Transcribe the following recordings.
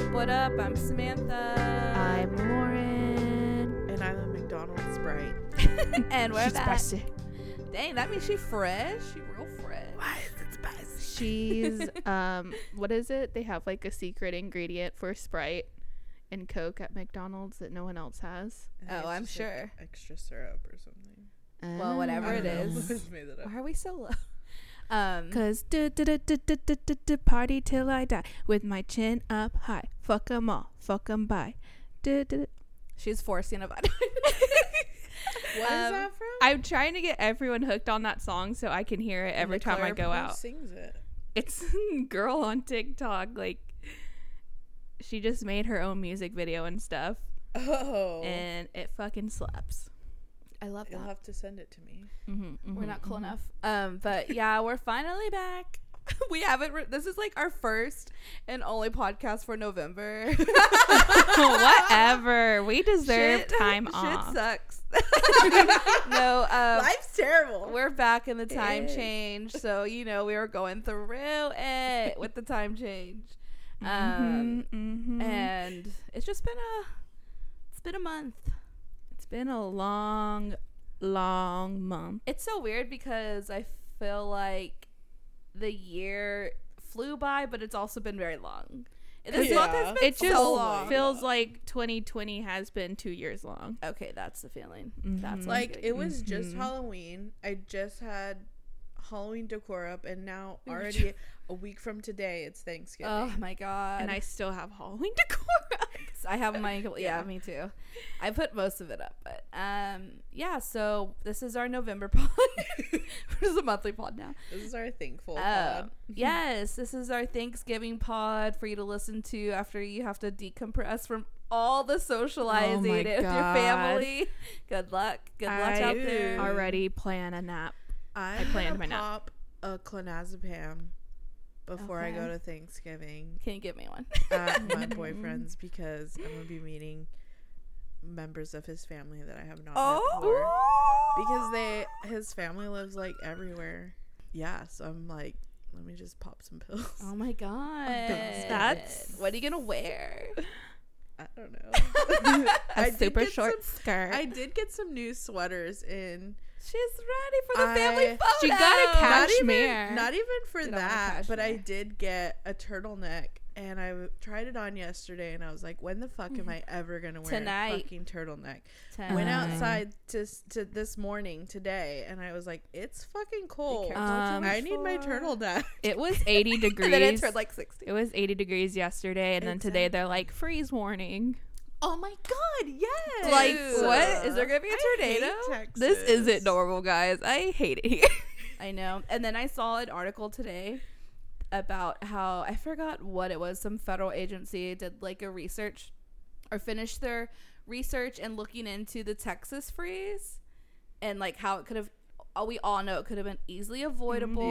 I'm Samantha. I'm Lauren. And I'm a McDonald's Sprite. and we're She's back. spicy. Dang, that means she fresh. She real fresh. Why is it spicy? She's um what is it? They have like a secret ingredient for Sprite and Coke at McDonald's that no one else has. I think Oh, it's I'm just, like, sure. extra syrup or something. Well, whatever I it Um, don't know. is. I just made it up. Why are we so low? Um, Cause do do do do do do do do party till I die with my chin up high. Fuck 'em all, fuck 'em by. Do do. do. she's forcing a button. What is Um, that from? I'm trying to get everyone hooked on that song so I can hear it every time I Claire go Pugh out. sings it. It's girl on TikTok like she just made her own music video and stuff Oh. and it fucking slaps. I love You'll have to send it to me. Mm-hmm, We're not cool enough. Um, but yeah, we're finally back. We haven't. Re- this is like our first and only podcast for November. Whatever. We deserve Shit- time shit off. sucks. no, Oh. um, Life's Mm-hmm. terrible. We're back in the time is. change, so you know we were going through it with the time change, um, Mhm, mhm. and it's just been a, it's been a month. it's been a long, long month. It's so weird because I feel like the year flew by, but it's also been very long. This Yeah. month has been It so just long. feels like 2020 has been two years long. okay. That's the feeling. That's what I'm like feeling. it was just Mhm. Halloween. I just had Halloween decor up, and now already a week from today, it's Thanksgiving. Oh my god! And I still have Halloween decor. up. I have my yeah, Yeah. me too. I put most of it up, but um, yeah. So this is our November pod. this is a monthly pod now. this is our thankful. Oh. Uh, pod. yes, this is our Thanksgiving pod for you to listen to after you have to decompress from all the socializing my with your God. family. Good luck. Good luck I out there. already plan a nap. I'm planned gonna mine out. pop a clonazepam before I go Okay. to Thanksgiving. Can you give me one? at Oh my boyfriend's because I'm gonna be meeting members of his family that I have not Oh. Oh. met before. Because they his family lives like everywhere. Yeah, so I'm like, let me just pop some pills. Um, Oh my god. That's- what are you gonna wear? I don't know. A I did super get short some- skirt. I did get some new sweaters in. She's ready for the family I- photo. She got a Not Cashmere. even, not even for Did I want that, but I cashmere? did get a turtleneck. And I w- tried it on yesterday, and I was like, "When the fuck am I ever gonna wear a Tonight. fucking turtleneck?" Ten. went Uh, outside to, s- to this morning today and i was like it's fucking cold careful what you Um, wish i need my for. turtleneck it was 80 degrees. And then it turned like 60. It was 80 degrees yesterday, and then today they're like freeze warning. oh my god yes Like, what? Is there gonna be a tornado? This isn't normal, guys. I hate it here. I know. And then I saw an article today about how I forgot what it was. Some federal agency did like a research or finished their research and looking into the Texas freeze and like how it could have. oh, We all know it could have been easily Mm-hmm. avoidable.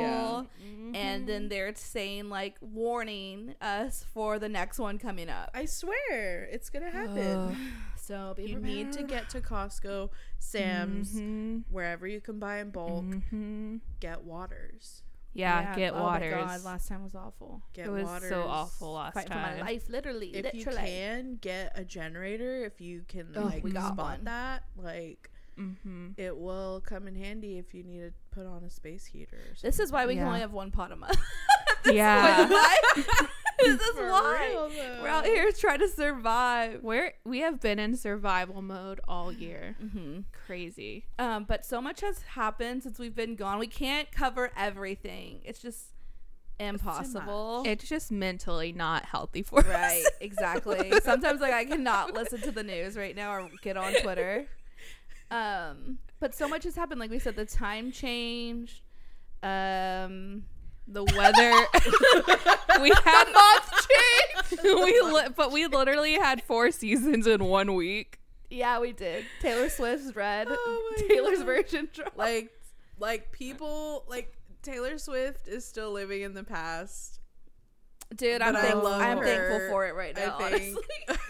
Yeah. And then they're saying like warning us for the next one coming up. i swear it's gonna happen So be you need to prepared. get to costco sam's Mm-hmm. wherever you can buy in bulk Mhm. get waters Yeah, get oh waters. My God, last time was awful. get it was waters so awful last Fight for time. my life, literally. if literally. you can get a generator if you can Oh, like we got spot one. that like Mm-hmm. it will come in handy if you need to put on a space heater or This is why we can Yeah. only have one pot a month. Yeah. why? this is For why real, though. we're out here trying to survive. We're, we have been in survival mode all year. Mm-hmm. Crazy. Um, but so much has happened since we've been gone. We can't cover everything. It's just impossible. It's just mentally not healthy for us. right, exactly. Sometimes like I cannot listen to the news right now or get on Twitter. Um, but so much has happened. Like we said, the time changed. Um, The weather. we had month change. we li- but we literally had four seasons in one week. yeah, we did. Taylor Swift's Red, Oh my Taylor's God. version dropped. like like people like Taylor Swift is still living in the past. Dude, But I'm, I thank- love I'm thankful her, for it right now. I think.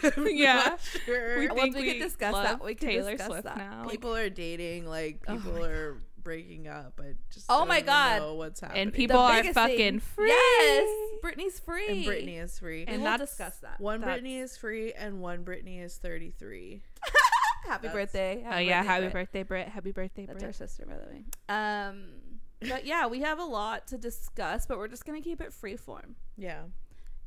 honestly. I'm Yeah. not sure. Well, think we we could discuss that. love We could Taylor discuss Swift that. now. people are dating. Like people are breaking up. I just Oh don't my even God. know what's happening. and people are biggest thing- fucking free. Yes, Britney's free. and Britney is free. and And we'll that's- discuss that. one that's- Britney is free, and one Britney is thirty three. happy that's- birthday. Oh yeah, happy Brit. birthday, Britt. Happy birthday, That's our Britt. sister, by the way. Um, but yeah, we have a lot to discuss, but we're just gonna keep it free form. Yeah,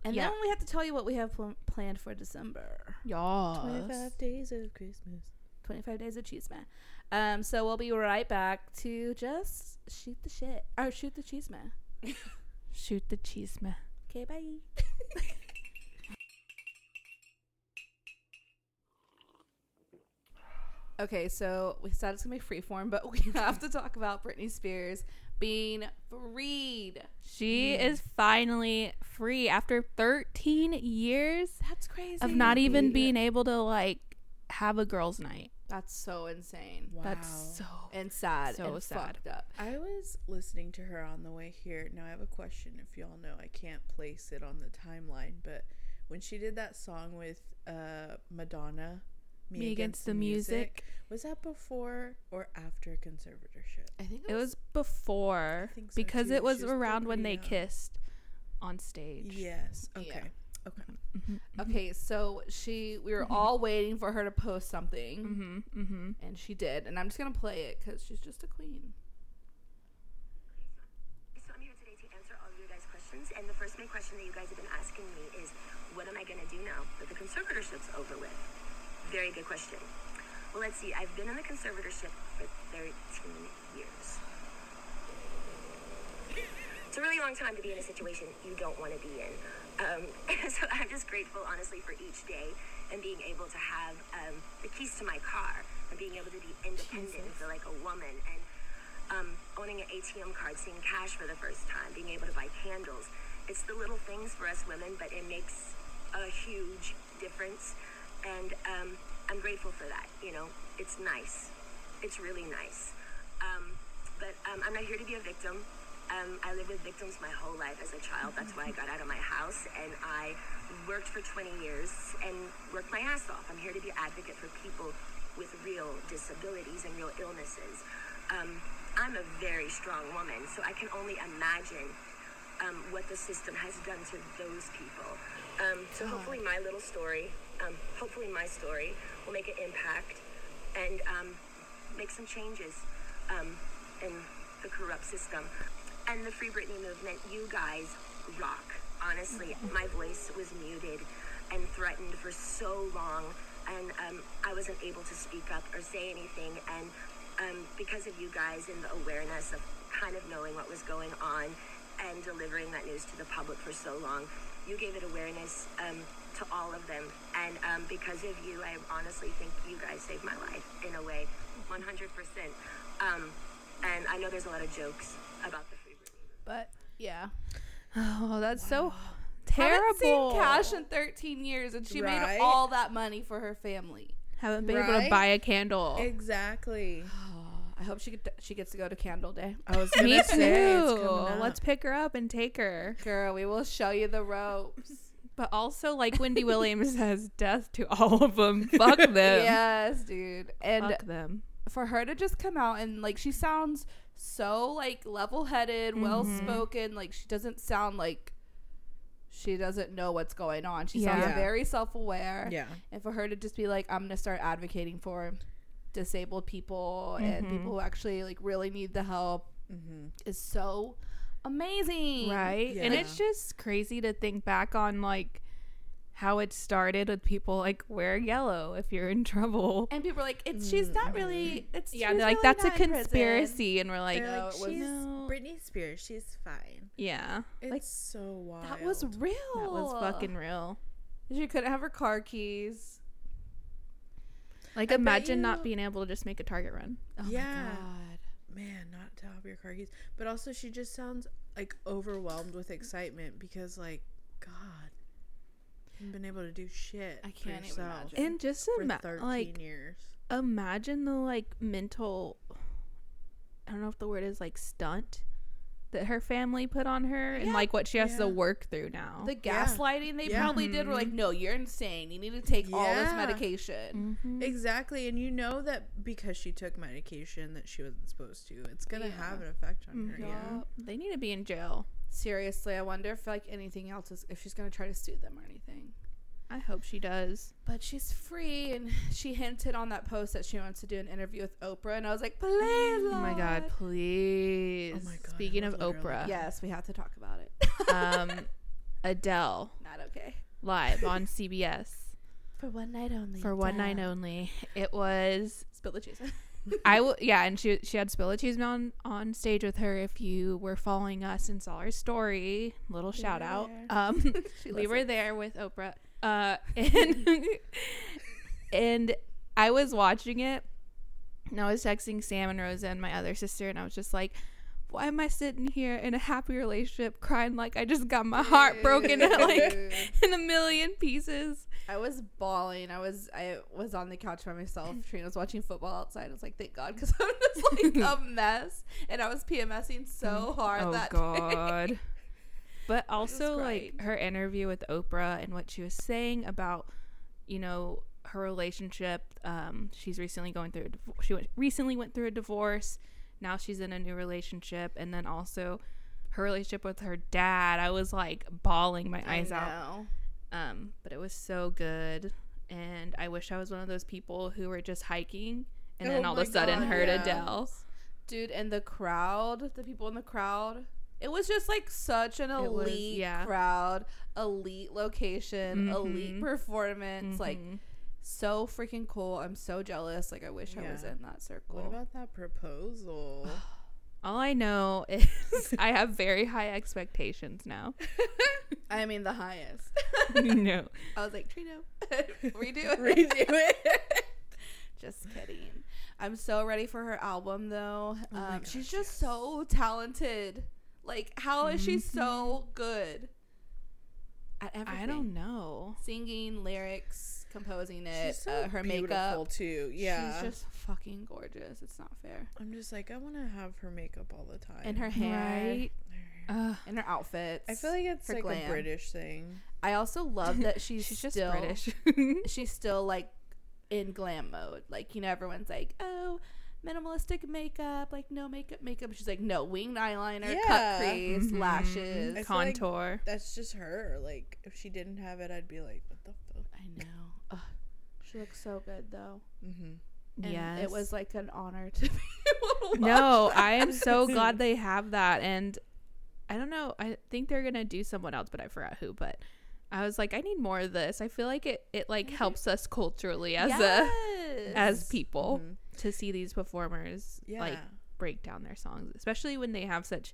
And Yeah. then we have to tell you what we have pl- planned for December. twenty Yes. five days of Christmas. 25 days of cheese man. Um, so we'll be right back to just shoot the shit or shoot the cheese man. Shoot the cheese man. Okay, bye. okay, so we said it's gonna be freeform, but we have to talk about Britney Spears being freed. She is finally free after 13 years That's crazy. of not even being able to like have a girls' night. That's so insane Wow. That's so. and sad So and sad. fucked up. I was listening to her on the way here. Now I have a question. If y'all know, I can't place it on the timeline, but when she did that song with uh, Madonna, Me Against the Music. was that before or after conservatorship? I think It was before I think so, because too. it was She was still around when they pretty young. kissed on stage. Yes. Okay. Yeah. Okay. okay. So she, we were all waiting for her to post something, Mm-hmm. Mm-hmm. and she did. And I'm just gonna play it because she's just a queen. So I'm here today to answer all of your guys' questions, and the first main question that you guys have been asking me is, what am I going to do now that the conservatorship's over with? Very good question. Well, let's see. I've been in the conservatorship for 13 years. It's a really long time to be in a situation you don't want to be in. Um, so I'm just grateful, honestly, for each day and being able to have um, the keys to my car and being able to be independent and feel like a woman and um, owning an ATM card, seeing cash for the first time, being able to buy candles. It's the little things for us women, but it makes a huge difference. And um, I'm grateful for that. You know, it's nice. It's really nice. Um, but um, I'm not here to be a victim. Um, I lived with victims my whole life as a child. That's why I got out of my house and I worked for 20 years and worked my ass off. I'm here to be an advocate for people with real disabilities and real illnesses. Um, I'm a very strong woman, so I can only imagine um, what the system has done to those people. Um, so hopefully my little story, um, hopefully my story will make an impact and um, make some changes um, in the corrupt system. And the Free Britney movement, you guys rock. Honestly, my voice was muted and threatened for so long, and um, I wasn't able to speak up or say anything. And um, because of you guys and the awareness of kind of knowing what was going on and delivering that news to the public for so long. You gave it awareness um, to all of them, and um, because of you, I honestly think you guys saved my life in a way, 100%. Um, and I know there's a lot of jokes about the free Britney. But yeah, Oh, that's so haven't terrible. seen cash in 13 years, and she Right? made all that money for her family. Haven't been able to Right? buy a candle. Exactly. I hope she get she gets to go to Candle Day. I was Me gonna say it's too. coming Let's up. pick her up and take her. Girl, we will show you the ropes. But also, like Wendy Williams says, death to all of them. Fuck them. yes, dude. And Fuck them. for her to just come out and like she sounds so like level-headed, Mm-hmm. well-spoken, like she doesn't sound like she doesn't know what's going on. She sounds Yeah. very self-aware. Yeah. And for her to just be like I'm going to start advocating for disabled people and Mm-hmm. people who actually like really need the help is so amazing. Right? And it's just crazy to think back on, like, how it started with people like wear yellow if you're in trouble. And people are like, it's she's not really. It's Mm-hmm. yeah, she's they're like, really that's a not in prison." conspiracy. And we're like, They're uh, like, "She's- she's no." Britney Spears. She's fine. yeah, It's so wild. That was real. that was fucking real. She couldn't have her car keys. Like, I bet imagine not you- being able to just make a target run. oh yeah. man, not to hop your car keys. But also, she just sounds like overwhelmed with excitement because, like, God, you haven't been able to do shit. I for can't even yourself imagine. And just For ima- 13 like years. imagine the like mental i don't know if the word is like stunt that her family put on her and Yeah. like what she has to Yeah. work through now. The Yeah. gaslighting they Yeah. probably did were Mm-hmm. like, no, you're insane. You need to take all this Yeah. medication. Exactly, and you know that because she took medication that she wasn't supposed to, it's gonna Yeah. Mm-hmm. have an effect on her. Yeah. Yup. they need to be in jail. Seriously, I wonder if like anything else is if she's gonna try to sue them or anything. I hope she does. But she's free, and she hinted on that post that she wants to do an interview with Oprah, and I was like, please, Oh my god, Lord." please. Oh my God, I Speaking of would literally- Oprah, Yes, we have to talk about it. um, Adele Not okay. live on CBS For one night only. for one night only. It was Spill the cheese. I w- yeah, and she she had Spilla Cheese on on stage with her. If you were following us and saw her story, little shout out. Um, we were there with Oprah, uh, and and I was watching it, and I was texting Sam and Rosa and my other sister, and I was just like. Why am I sitting here in a happy relationship crying like I just got my heart broken at like in a million pieces? I was bawling. I was I was on the couch by myself. Trina was watching football outside. I was like, thank God, because I'm just like a mess. And I was PMSing so hard oh that day. god but also crying. like her interview with oprah and what she was saying about you know her relationship um she's recently going through a div- she went, recently went through a divorce now she's in a new relationship and then also her relationship with her dad i was like bawling my eyes out um but it was so good and i wish i was one of those people who were just hiking and then Oh all of a my sudden God, heard yeah. adele Dude, and the crowd, the people in the crowd. It was just like such an elite It was- yeah. crowd, elite location, Mhm. elite performance. Like Mhm. so freaking cool. I'm so jealous. Like I wish I was Yeah. in that circle. What about that proposal? All I know is I have very high expectations now. I mean the highest. no. I was like, Trino, redo it. Redo it. Just kidding. I'm so ready for her album though. Oh my um, she's just so talented. Like, how is she Mm-hmm. so good at everything? I don't know. Singing, lyrics, composing it, She's so uh, her makeup. too. Yeah. She's just fucking gorgeous. It's not fair. I'm just like I want to have her makeup all the time. And her hair, Right? Ugh. and her outfits. I feel like it's her like glam. a British thing. I also love that she's, she's just still British. she's still like in glam mode. Like, you know, everyone's like, oh, minimalistic makeup, like no makeup, makeup. She's like, no, winged eyeliner, Yeah. cut crease, Mhm. lashes. I feel like- Contour. That's just her. Like if she didn't have it, I'd be like, what the fuck? I know. Ugh. She looks so good though. Mm-hmm. And yes. It was like an honor to be able to watch No, that. I am so glad they have that and I don't know. I think they're going to do someone else, but I forgot who, but I was like I need more of this. I feel like it it like helps us culturally as Mm-hmm. Yes. Mm-hmm. a as people Mhm. to see these performers Yeah. like break down their songs, especially when they have such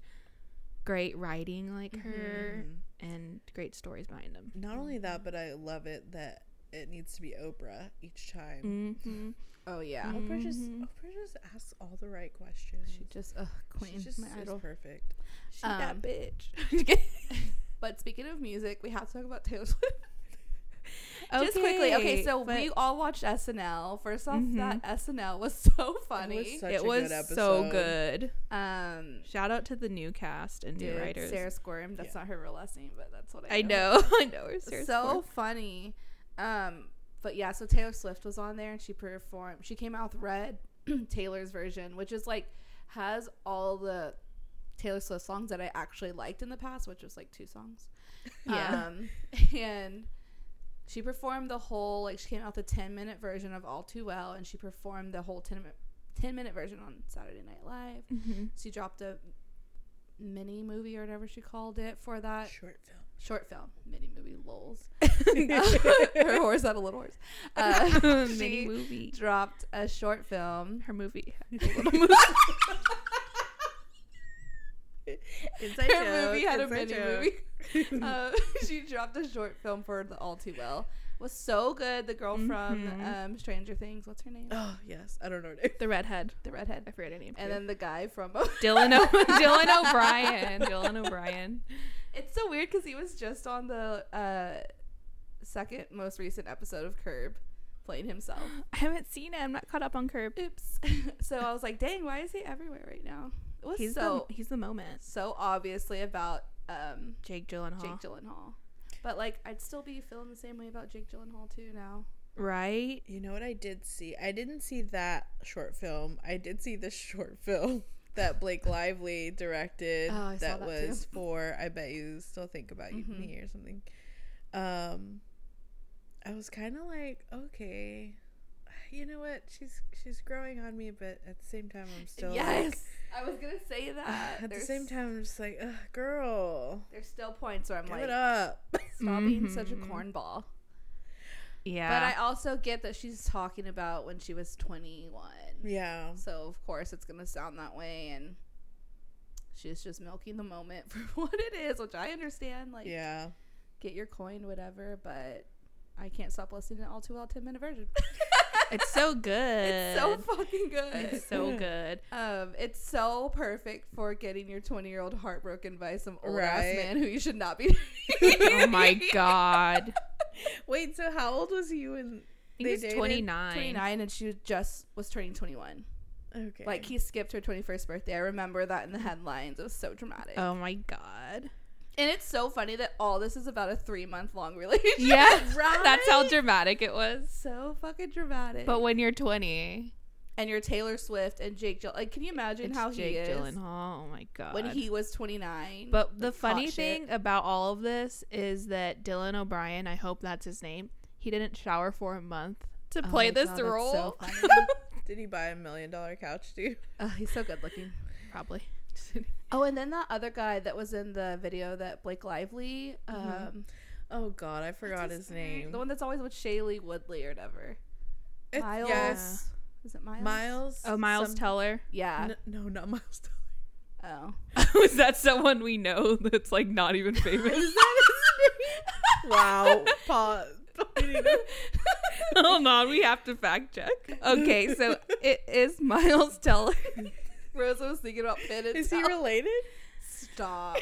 great writing like her Mhm. Mm-hmm. and great stories behind them. Not only that, but I love it that it needs to be Oprah each time. Mm-hmm. Oh Mm, yeah. Oprah just Oprah just asks all the right questions. She Mm-hmm. just ugh, queen. She's just my so idol. Um, perfect. She's that bitch. But speaking of music, we have to talk about Taylor Swift. Just quickly. Okay, so we all watched SNL. First off, that SNL was so funny. It was such it a was good episode. so good. um Shout out to the new cast and new dude, writers. Sarah Squirm. That's Yeah. not her real last name, but that's what I, I know, I know. We're Sarah so Squirm. funny. Um, but yeah, so Taylor Swift was on there and she performed. She came out with Red, Taylor's version, which is like has all the Taylor Swift songs that I actually liked in the past, which was like two songs. Yeah. Um, and she performed the whole like she came out the ten minute version of All Too Well, and she performed the whole ten minute ten minute version on Saturday Night Live. Mhm. She dropped a mini movie or whatever she called it for that Short film. short film, mini movie, lols. her horse had a little horse. Uh, mini she movie. dropped a short film. Her movie. Inside Her movie had a inside mini movie. Uh, she dropped a short film for the All Too Well. Was so good. The girl Mm-hmm. from um, Stranger Things. What's her name? Oh yes, I don't know. her name. The redhead. The redhead. I forget her name. And too. then the guy from. Dylan o- Dylan O'Brien. Dylan O'Brien. it's so weird because he was just on the uh, second most recent episode of Curb, playing himself. I haven't seen it. I'm not caught up on Curb. Oops. so I was like, dang, why is he everywhere right now? was He's so the he's the moment. so obviously about um Jake Gyllenhaal. Jake Gyllenhaal. But like I'd still be feeling the same way about Jake Gyllenhaal too now. right? You know what I did see? I didn't see that short film. I did see the short film that Blake Lively directed. Oh, I saw that that, too. was for I bet you still think about You me or something. Um, I was kind of like, okay, you know what? She's she's growing on me, but at the same time, I'm still like- yes, I was gonna say that. at the There's- same time, I'm just like, Ugh, girl, there's still points where I'm give like, it up. Mm-hmm. stop being such a cornball. But Yeah. I also get that she's talking about when she was 21. yeah, So of course it's gonna sound that way, and she's just milking the moment for what it is, which I understand. Like, yeah. get your coin, whatever. But I can't stop listening to All Too Well, Ten Minute Version. it's so good. it's so fucking good. It's so good. Um, it's so perfect for getting your 20 year old heartbroken by some old ass Right. man who you should not be. oh my god. Wait, so how old was you in? They He was dated? 29. 29, and she just was turning 21. Okay, Like, he skipped her 21st birthday. I remember that in the headlines. It was so dramatic. Oh my god. And it's so funny that all this is about a three month long relationship. Yeah. That's how dramatic it was. So fucking dramatic. But when you're 20, and you're Taylor Swift and Jake Gill. Like, can you imagine it's how Jake he is Gyllenhaal. Oh my god. when he was 29? But the funny shit. thing about all of this is that Dylan O'Brien, I hope that's his name, he didn't shower for a month to Oh play my this God, that's so role. funny. did he buy a million dollar couch too? oh, he's so good looking. Probably. Oh, and then that other guy that was in the video that Blake Lively, um, Oh God, I forgot his name. the one that's always with Shaylee Woodley or whatever. It's- Miles. Yes, Is it Miles? Miles. Oh, Miles some- Teller. Yeah. N- no, not Miles Teller. Oh. is that someone we know that's like not even famous? Wow, Paul. Hold on, Oh, we have to fact check. Okay, so it is Miles Teller. Rosa was thinking about Finn and Is he Tal. related? Stop.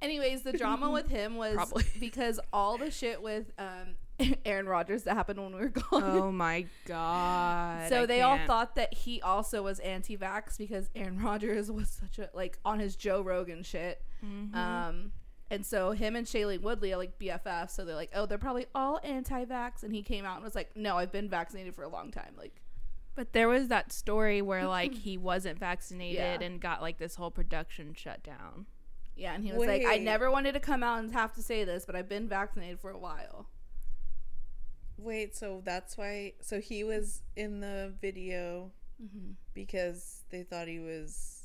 Anyways, the drama with him was Probably. because all the shit with um, Aaron Rodgers that happened when we were gone. Oh. Oh, my god. So I they all can't. thought that he also was anti-vax because Aaron Rodgers was such a like on his Joe Rogan shit. Mm-hmm. Um, and so him and Shailene Woodley are like BFFs, so they're like, oh, they're probably all anti-vax. And he came out and was like, no, I've been vaccinated for a long time. Like, But there was that story where like he wasn't vaccinated Yeah. and got like this whole production shut down. yeah, and he was like, I Wait. never wanted to come out and have to say this, but I've been vaccinated for a while. Wait, so that's why. So he was in the video Mm-hmm. because they thought he was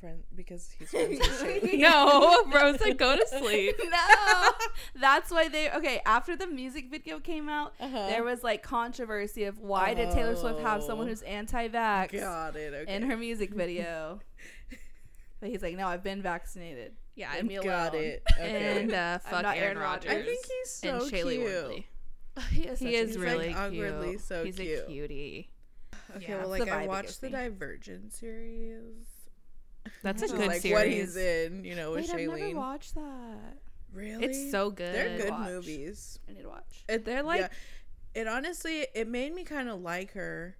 friend because he's friends with Shaylee. No, Rosa, go to sleep. no, that's why they okay. After the music video came out, there Uh-huh. was like controversy of why did Taylor Swift have someone Oh. who's anti-vax? Got it. Okay. in her music video. but he's like, no, I've been vaccinated. Yeah, Leave I'm me Got alone." it. Okay. and uh, I'm fuck not Aaron Aaron Rodgers. Rodgers. I think he's so and cute. Shailene Woodley. He is, He is he's, like, really awkwardly cute. so he's cute. a cutie. Okay, Yeah. well, That's like the vibe I it watched gives the me. Divergent series. That's a which is, good like series. what he's in, you know, with Wait, I've Shailene. never watched that. Really? It's so good. They're good watch. movies. I need to watch. It, They're like- it honestly, it made me kind of like her.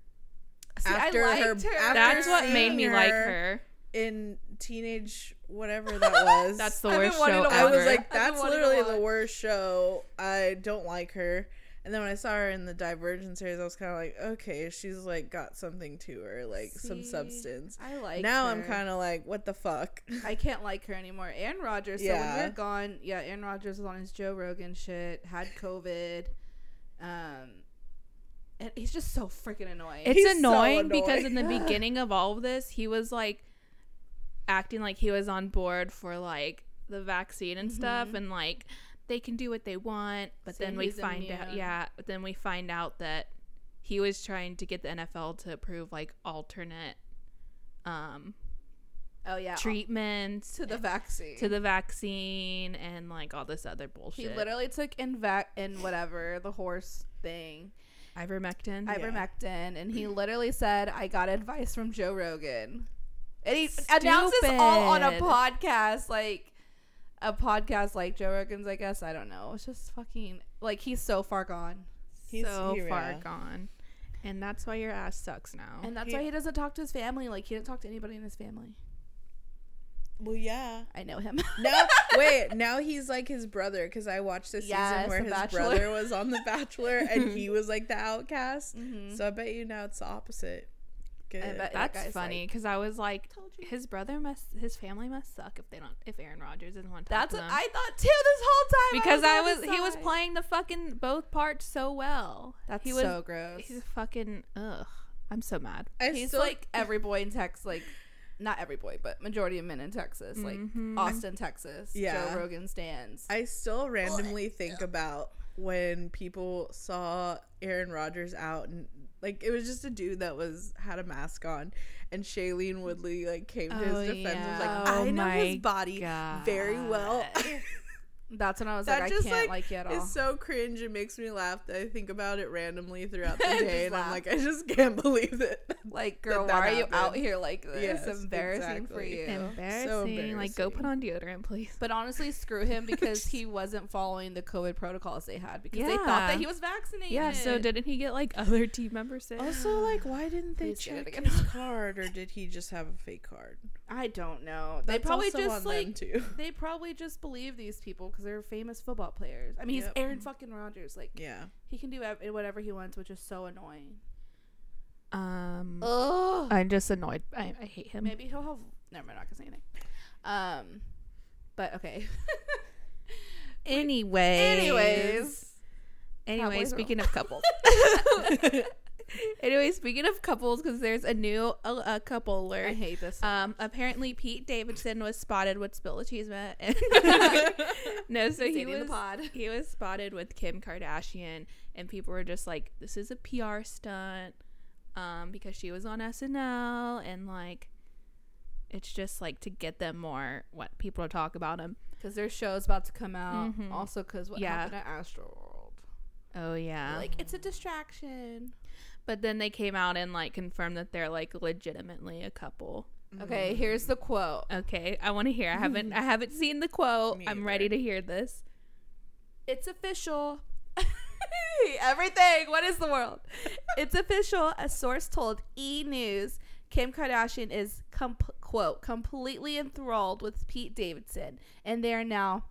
See, I liked her. after That's what seeing made me like her. in teenage whatever that was. That's the I've been worst wanting show to watch I ever. was I've like, been that's wanting to literally the watch. worst show. I don't like her. And then when I saw her in the Divergent series, I was kind of like, okay, she's like got something to her, like some See, substance. I like. now I'm her. kind of like, what the fuck? I can't like her anymore. Aaron Rodgers. So when we Yeah. were gone, yeah, Aaron Rodgers was on his Joe Rogan shit. Had COVID. Um, and he's just so freaking annoying. It's He's so annoying because in the annoying. beginning of all of this, he was like acting like he was on board for like the vaccine and stuff, and like they can do what they want. But Saying then we Mm-hmm. he's find out, immune. yeah, but then we find out that he was trying to get the NFL to approve like alternate um oh yeah, treatments to the vaccine. to the vaccine and like all this other he bullshit. literally took in vac in whatever the horse thing. ivermectin. ivermectin, and he literally said, "I got advice from Joe Rogan," and he announces all on a Stupid. podcast, like a podcast like Joe Rogan's. I guess I don't know. It's just fucking like he's so far gone, He's so he- far yeah. gone. And that's why your ass sucks now. and that's He- why he doesn't talk to his family. Like he didn't talk to anybody in his family. Well, yeah. I know him. Now, wait. Now he's like his brother because I watched a season Yes, where The his Bachelor. brother was on The Bachelor and he was like the outcast. Mhm. So I bet you now it's the opposite. Good. bet- that That's guy's funny like, because I was like, "Told you." his brother must, his family must suck if they don't, if Aaron Rodgers isn't one. That's to what them. I thought too this whole time. because I on was, his he was side. playing the fucking both parts so well. That's he was, so gross. He's fucking ugh. I'm so mad. I He's still- like every boy in Texas, like not every boy, but majority of men in Texas, like Mhm. Austin, Texas. Yeah. Joe Rogan stands. I still randomly think about when people saw Aaron Rodgers out and like it was just a dude that was had a mask on and Shailene Woodley like came to Oh, his defense and yeah. was like I Oh, know his my body very well. That's when I was that like, I just can't like, like, you at all. is so cringe. It makes me laugh that I think about it randomly throughout the I day just and I'm laugh. like I just can't believe it. like, girl, that why are you happened. out here like this? Yes, embarrassing for exactly. you. embarrassing. Like, go put on deodorant, please. But honestly, screw him because he wasn't following the COVID protocols they had because they thought Yeah. that he was vaccinated. Yeah. So didn't he get like other team members? sick? Also, like, why didn't they Please say that check again. his card, or did he just have a fake card? I don't know. they That's probably also just on them, like too. they probably just believe these people because they're famous football players. I mean, Yep. he's Aaron fucking Rodgers. Like Yeah. he can do ev- whatever he wants, which is so annoying. um, Ugh. I'm just annoyed. I, I hate him. Maybe he'll have. Never mind. I'm not gonna say anything. Um, but okay. Anyway. Anyways, Anyway, Cowboys speaking of couples. anyway, speaking of couples, because there's a new uh, uh, couple I alert. hate this. Um, apparently Pete Davidson was spotted with Spill the Cheesema. no, so he Dating the was pod. he was spotted with Kim Kardashian, and people were just like, "This is a PR stunt," um, because she was on SNL, and like, it's just like to get them more what people to talk about him. because their show's about to come out. Mhm. Also, because what Yeah. happened at Astro World? Oh yeah, Like it's a distraction. but then they came out and like confirmed that they're like legitimately a couple. Mm. Okay, here's the quote. Okay, I want to hear. I haven't I haven't seen the quote. Me I'm either. ready to hear this. It's official. Everything. What is the world? It's official. A source told E News Kim Kardashian is comp- quote completely enthralled with Pete Davidson, and they are now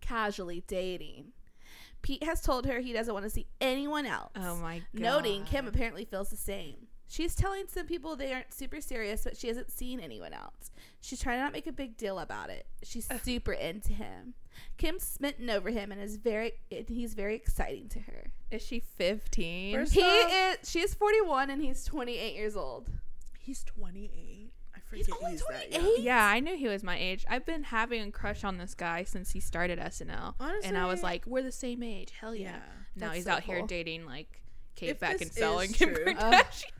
casually dating. Pete has told her he doesn't want to see anyone else. Oh my god. Noting Kim apparently feels the same. She's telling some people they aren't super serious, but she hasn't seen anyone else. She's trying to not make a big deal about it. She's super into him. Kim's smitten over him and is very and he's very exciting to her. Is she 15? First- He Stop. is she is 41 and he's 28 years old. He's 28. I He's forget he's, only that young. 28? yeah, I knew he was my age. I've been having a crush on this guy since he started SNL. and I was Honestly- like, we're the same age. Hell yeah. Yeah. Now That's he's so out here cool. dating like Kate If this Beckinsale and is Kim true- Kardashian.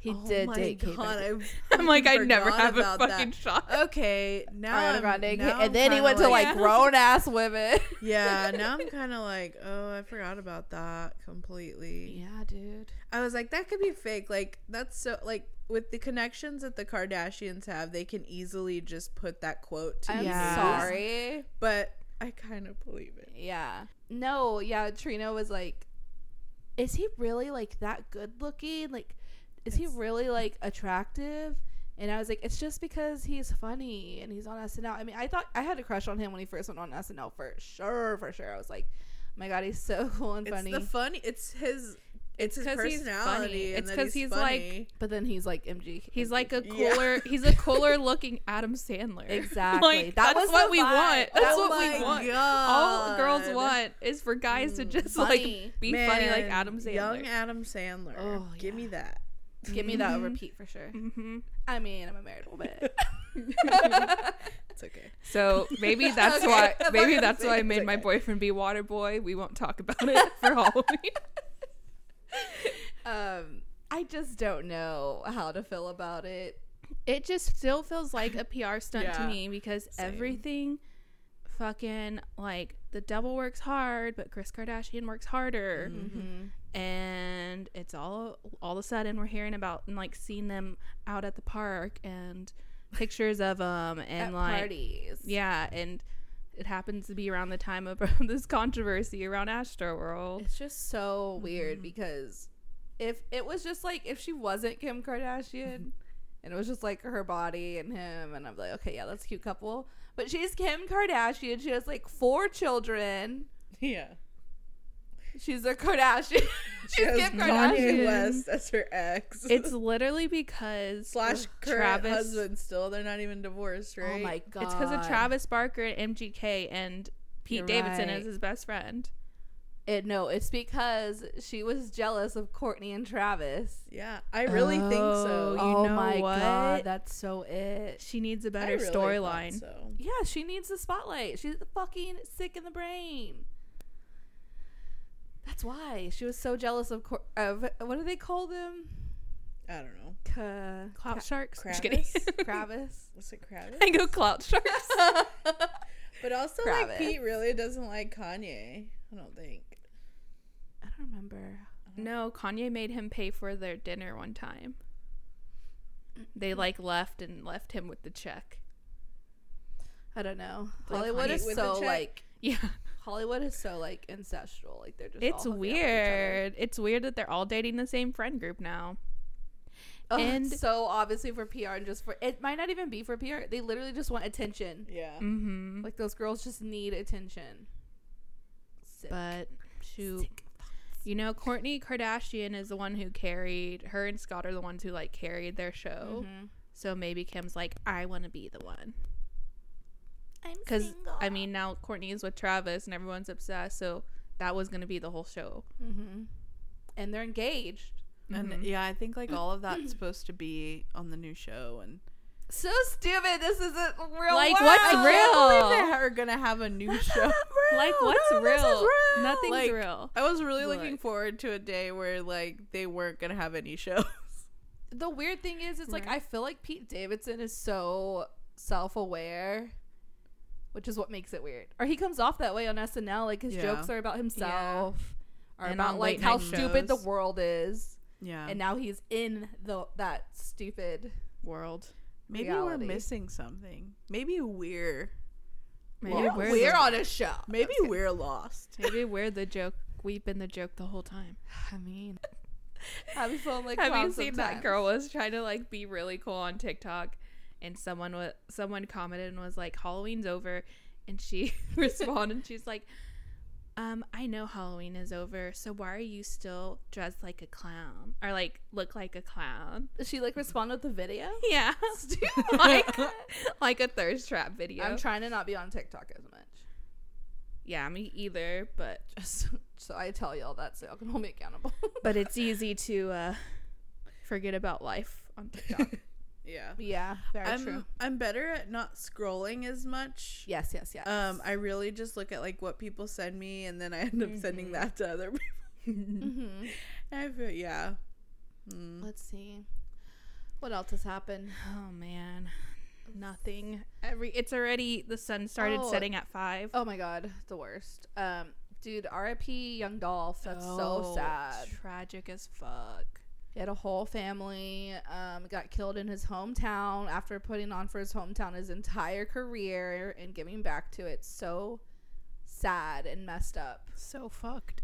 He Oh did my date Kate God, Beckinsale. I I'm like, I fucking never forgot have a about that. fucking shot. Okay, now Ariana I'm- Grande, Um, now I'm and then he kinda went to like- like grown ass women. yeah, now I'm kind of like, oh, I forgot about that completely. yeah, dude. I was like, that could be fake. Like that's so like with the connections that the Kardashians have, they can easily just put that quote to I'm Yeah. use. sorry. But I kind of believe it. Yeah. No, yeah, Trina was like, Is he really like that good looking? Like, is he It's- really like attractive? And I was like, It's just because he's funny and he's on SNL. I mean, I thought I had a crush on him when he first went on SNL for sure, for sure. I was like, My God, he's so cool and It's funny. the funny. It's his. It's, his 'cause he's funny. personality. It's It's 'cause because he's, he's, like- funny. but then he's like MG. He's like a Yeah. cooler, he's a cooler looking Adam Sandler. Exactly. That Like, that's was what the we vibe. want. That's That Oh what was oh we my Mm, want. All girls want is for guys to just funny. like be funny like Man, Adam Sandler. Young Adam Sandler. Oh, Give me that. Give me that repeat for sure. hmm mm-hmm. I mean, I'm a married woman. It's okay. So maybe that's Okay, why I'm not maybe gonna that's say why I it's made my okay. boyfriend be water boy. We won't talk about it for Halloween. um, I just don't know how to feel about it. it just still feels like a PR stunt to Yeah, me because everything fucking like the devil works hard, but Chris Kardashian works harder. Mm-hmm. And it's all all of a sudden we're hearing about and like seeing them out at the park and pictures of them and At like parties. yeah and it happens to be around the time of this controversy around Astroworld. It's just so weird because if it was just like if she wasn't Kim Kardashian, and it was just like her body and him and i'm like okay yeah that's a cute couple but she's kim kardashian she has like four children Yeah. she's a kardashian She she's has kim Kanye kardashian West as her ex. It's literally because slash of current Travis. husband. Still, they're not even divorced, right? oh my god It's because of Travis Barker and MGK and Pete You're Davidson right. is his best friend. it, no it's because she was jealous of courtney and travis Yeah, I really think so. Oh, you know what? that's so it She needs a I better really thought storyline. So. yeah she needs the spotlight she's fucking sick in the brain that's why she was so jealous of Cour- of what do they call them I don't know. Ca- Clout Ca- sharks. Just Kravis? kidding. Travis. Was it Kravitz? I go clout sharks. But also, Kravitz. like Pete really doesn't like Kanye. I don't think. I don't remember. no, Kanye made him pay for their dinner one time. They like left and left him with the check. I don't know. Like Hollywood Kanye is with the so check? like Yeah. Hollywood is so like ancestral. Like they're just all It's hooking up with each other. weird. It's weird that they're all dating the same friend group now. Ugh, And- so obviously for PR and just for it might not even be for PR. They literally just want attention. Yeah. Mm, Mm-hmm. Like those girls just need attention. Sick. But shoot. Sick. You know, Courtney Kardashian is the one who carried her and Scott are the ones who like carried their show. Mhm. So maybe Kim's like, I want to be the one. I'm Because single. I mean, now Courtney is with Travis and everyone's obsessed. So that was going to be the whole show. Mhm. and they're engaged. Mhm. And yeah, I think like all of that's supposed to be on the new show and So stupid. This isn't real. Like, world. what's I real? can't believe they are gonna have a new show. Like, what's None of this real? is real. Nothing's Like, real. I was really looking Look. forward to a day where like they weren't gonna have any shows. the weird thing is it's like I feel like Pete Davidson is so self-aware, which is what makes it weird. Or he comes off that way on SNL like his Yeah. jokes are about himself or And about on like late how night stupid the shows. world is. Yeah, And now he's in the that stupid World. maybe reality. we're missing something. Maybe we're Maybe Well, we're, we're the, on a show. maybe we're lost. maybe we're the joke. We've been the joke the whole time. I mean I'll be feeling like Have you clowns seen that sometimes. girl was trying to like be really cool on TikTok, and someone was someone commented and was like, "Halloween's over," and she responded, "She's like, um, I know Halloween is over, so why are you still dressed like a clown or like look like a clown?" She like responded with the video. Yeah, like like a thirst trap video. I'm trying to not be on TikTok as much. yeah, me either, but Just so I tell y'all that so y'all can hold me accountable. but it's easy to uh, forget about life on TikTok. Yeah. yeah, very I'm true. I'm better at not scrolling as much. Yes, yes, yes. Um, I really just look at like what people send me, and then I end up sending that to other people. mm-hmm. I feel, yeah. Mm. Let's see. What else has happened? Oh man, nothing. Every it's already the sun started Oh. setting at five. Oh my god, the worst. Um, dude, RIP Young Dolph. That's Oh, so sad. Tragic as fuck. He had a whole family. Um, got killed in his hometown after putting on for his hometown his entire career and giving back to it. So sad and messed up. So fucked.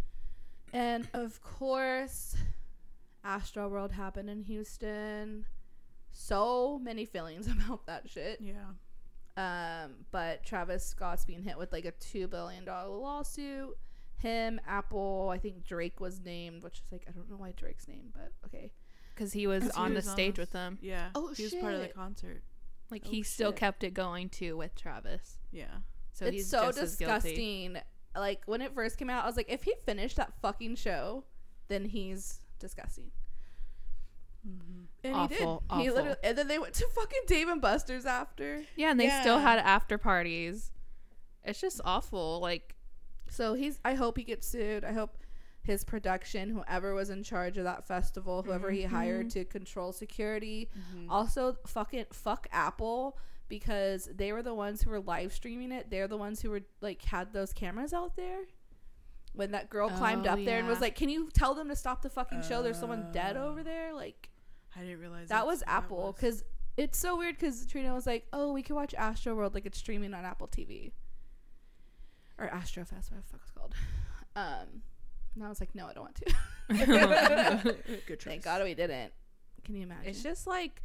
And of course, Astro World happened in Houston. So many feelings about that shit. Yeah. Um, but Travis Scott's being hit with like a two billion dollar lawsuit. Him, Apple, I think Drake was named, which is like I don't know why Drake's named, but okay. Because he was Because he on was the on stage the with them. Yeah. Oh, he was part of the shit. concert. Like Oh, he still shit. kept it going too with Travis. Yeah. So it's he's so just as guilty. disgusting. Like when it first came out, I was like, if he finished that fucking show, then he's disgusting. And he did. Mm-hmm. Awful, He awful. literally, and then they went to fucking Dave and Buster's after. Yeah, and they still Yeah. had after parties. It's just awful. Like So he's. I hope he gets sued. I hope his production, whoever was in charge of that festival, whoever he hired Mm-hmm. to control security, also fucking fuck Apple because they were the ones who were live streaming it. They're the ones who were like had those cameras out there. When that girl climbed Oh, up there and was yeah. Uh. like, "Can you tell them to stop the fucking show? There's someone dead Oh. over there." Like I didn't realize that that's was what that Apple was. because it's so weird because Trina was like, "Oh, we can watch Astro World like it's streaming on Apple TV or Astro Fest, whatever the fuck it's called." Um, and I was like, "No, I don't want to." it's Good choice. Thank God we didn't. Can you imagine? just like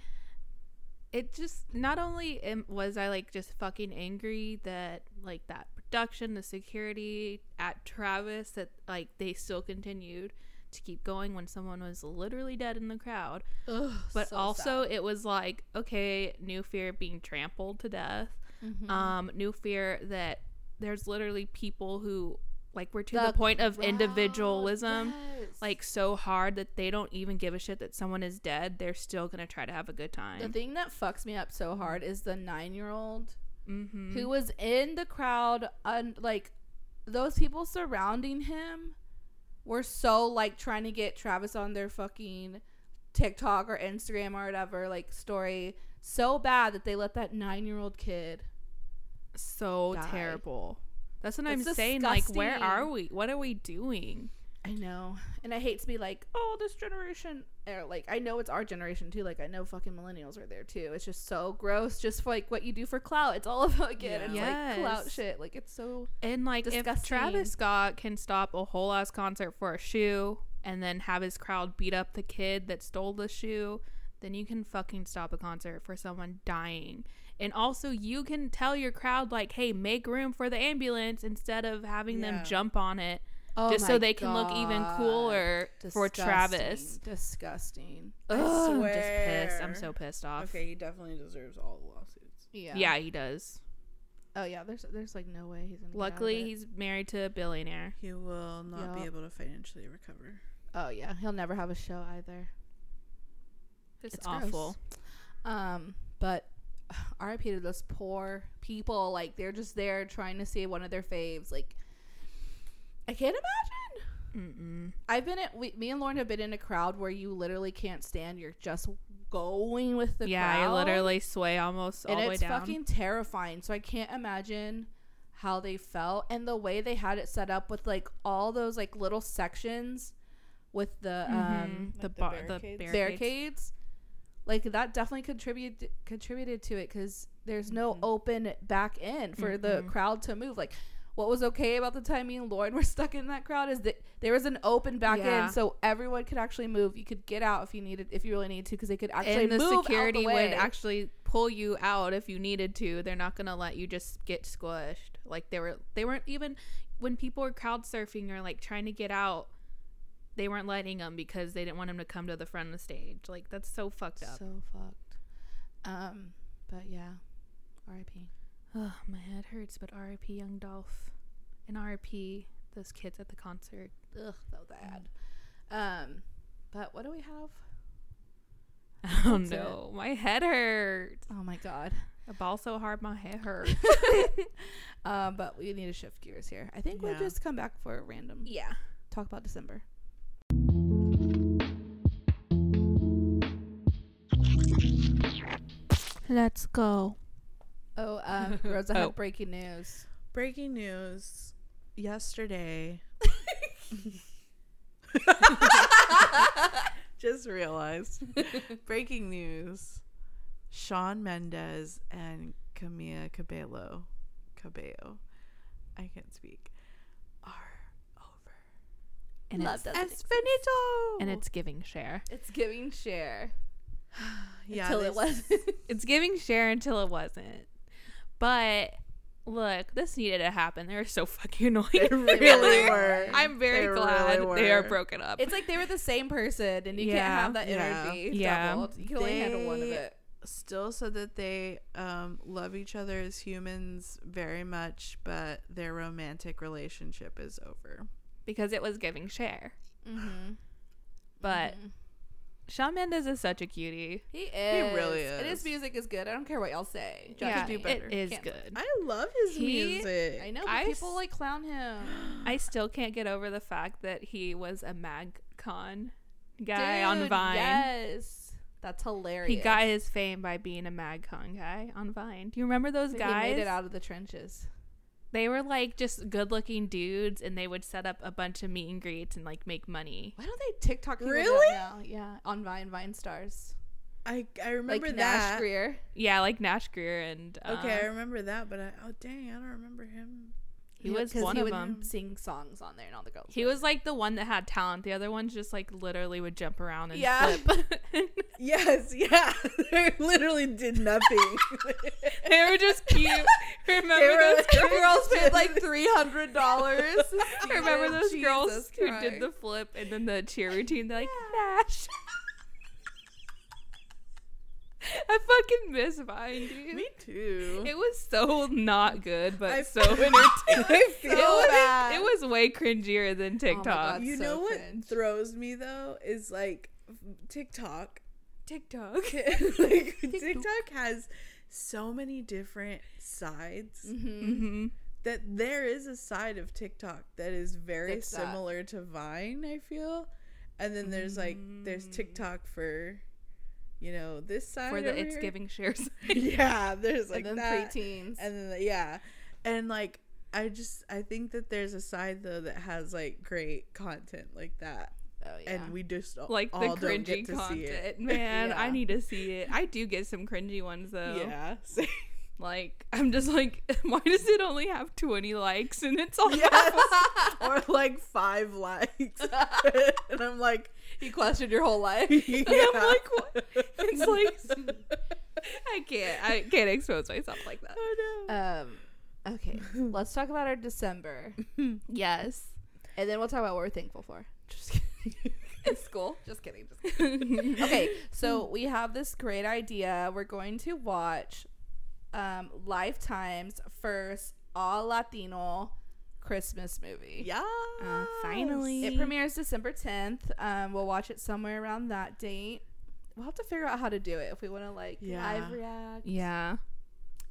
it just not only am, was I like just fucking angry that like that production, the security at Travis that like they still continued to keep going when someone was literally dead in the crowd, Ugh, but so also sad. it was like okay, new fear of being trampled to death, Mm-hmm. um, new fear that there's literally people who like were to the, point of crowd, individualism yes. like so hard that they don't even give a shit that someone is dead. They're still gonna try to have a good time. the thing that fucks me up so hard is the nine year old mm-hmm. who was in the crowd and like those people surrounding him were so like trying to get Travis on their fucking TikTok or Instagram or whatever like story so bad that they let that 9-year-old kid so die. terrible. That's what I'm That's saying. Like, where disgusting. are we? What are we doing? I know. And I hate to be like, "Oh, this generation or like I know it's our generation too. Like I know fucking millennials are there too. It's just so gross just for, like what you do for clout. It's all about again. It's like Yes. clout shit. Like it's so And like, if Disgusting. Travis Scott can stop a whole ass concert for a shoe and then have his crowd beat up the kid that stole the shoe, then you can fucking stop a concert for someone dying. And also, you can tell your crowd like, "Hey, make room for the ambulance," instead of having them Yeah. jump on it, Oh just so my they can look even God. cooler for Travis. Disgusting. Ugh, I'm just pissed. I'm swear. so pissed off. Okay, he definitely deserves all the lawsuits. Yeah. Yeah, he does. Oh yeah. There's there's like no way he's gonna. Luckily, he's married to a billionaire. He will not Yup. be able to financially recover. Oh yeah. He'll never have a show either. It's, It's awful. gross. Um. But R.I.P. to those poor people. Like they're just there trying to see one of their faves. Like I can't imagine. Mm-mm. I've been at we, me and Lauren have been in a crowd where you literally can't stand. You're just going with the yeah, crowd. I literally sway almost all and the way it's down. fucking terrifying. So I can't imagine how they felt and the way they had it set up with like all those like little sections with the um the, Like the bar, the Mm-hmm. barricades? barricades. barricades. Like that definitely contributed contributed to it because there's no Mm-hmm. open back end for the crowd to move. Like, what was okay about the time me and Lauren were stuck in that crowd is that there was an open back Yeah. end, so everyone could actually move. You could get out if you needed, if you really needed to, because they could actually and the move out security the would way. actually pull you out if you needed to. They're not gonna let you just get squished. Like they were, they weren't even when people were crowd surfing or like trying to get out. They weren't letting them because they didn't want them to come to the front of the stage. Like that's so fucked up. So fucked. Um, but yeah, R.I.P. Ugh, my head hurts, but R.I.P. Young Dolph, and R.I.P. those kids at the concert. Ugh, so bad. Um, but what do we have? I don't That's it. know. Oh, My head hurts. Oh my god. A ball so hard, my head hurts. Um, but we need to shift gears here. I think we'll Yeah. just come back for a random yeah. talk about December. Let's go. Oh, um, Rosa had Oh. breaking news. Breaking news yesterday. Just realized. Breaking news. Sean Mendez and Camila Cabello Cabello. I can't speak. Are over. And Love it's doesn't exist. Esfinito. and it's giving share. It's giving share yeah, until they it was. It's giving share until it wasn't. But look, this needed to happen. They were so fucking annoying. They really were. I'm very They really glad they are were. broken up. it's like they were the same person, and you can't Yeah. have that Yeah. energy Yeah. doubled. You can only handle one of They- it. still said that they um, love each other as humans very much, but their romantic relationship is over. because it was giving share. Mm-hmm. But Shawn Mendes is such a cutie. He is. really And his is. music is good. I don't care what y'all say. Judge yeah, me. do better. it is Can't- good. I love his He- music. I know, but I people s- like clown him. I still can't get over the fact that he was a MagCon guy on Dude, Vine. Yes. That's hilarious. He got his fame by being a MagCon guy on Vine. Do you remember those guys? He made it out of the trenches. They were like just good-looking dudes, and they would set up a bunch of meet and greets and like make money. Why don't they TikTok people do that Really? now? Yeah, on Vine, Vine stars. I, I remember like Nash uh-huh. that. Greer. Yeah, like Nash Greer and uh, Okay, I remember that, but I, oh dang, I don't remember him. he You know, was 'cause one he of would them. Sing songs on there and all the girls. He was like the one that had talent. The other ones just like literally would jump around and Yeah. flip. Yes, yeah. they literally did nothing. They were just cute. Remember were "Oh, those The girls? girls paid like three hundred dollars. Remember those girls who did the flip and then the cheer routine? They're like, Nash. I fucking miss Vine, dude. Me too. It was so not good, but I- so entertaining. I feel it, was, bad. Oh it was way cringier than TikTok. God. you so know what cringe. throws me though is like TikTok. TikTok. like TikTok has so many different sides Mm-hmm. hmm that there is a side of TikTok that is very That's that. similar to Vine, I feel. And then there's like there's TikTok for you know, this side Mm. For the over It's here. Giving shares. Yeah, there's like and then that. preteens. and then the- yeah and like i just i think that there's a side though that has like great content like that oh, yeah. and we just all, like the all don't cringy get to see it content. Man, I Yeah. need to see it. I do get some cringy ones though. yeah Like I'm just like, why does it only have 20 likes and it's all yes or like five likes and i'm like you questioned your whole life. yeah. I'm like, what? It's like I can't I can't expose myself like that. oh no Um, okay, let's talk about our December, Yes. and then we'll talk about what we're thankful for. Just kidding. school. Just kidding. Just kidding. Uh, okay, so we have this great idea. We're going to watch um, Lifetime's first all Latino Christmas movie. yeah Uh, finally. It premieres December 10th. Um, we'll watch it somewhere around that date. We'll have to figure out how to do it if we want to like Yeah. live react. Yeah.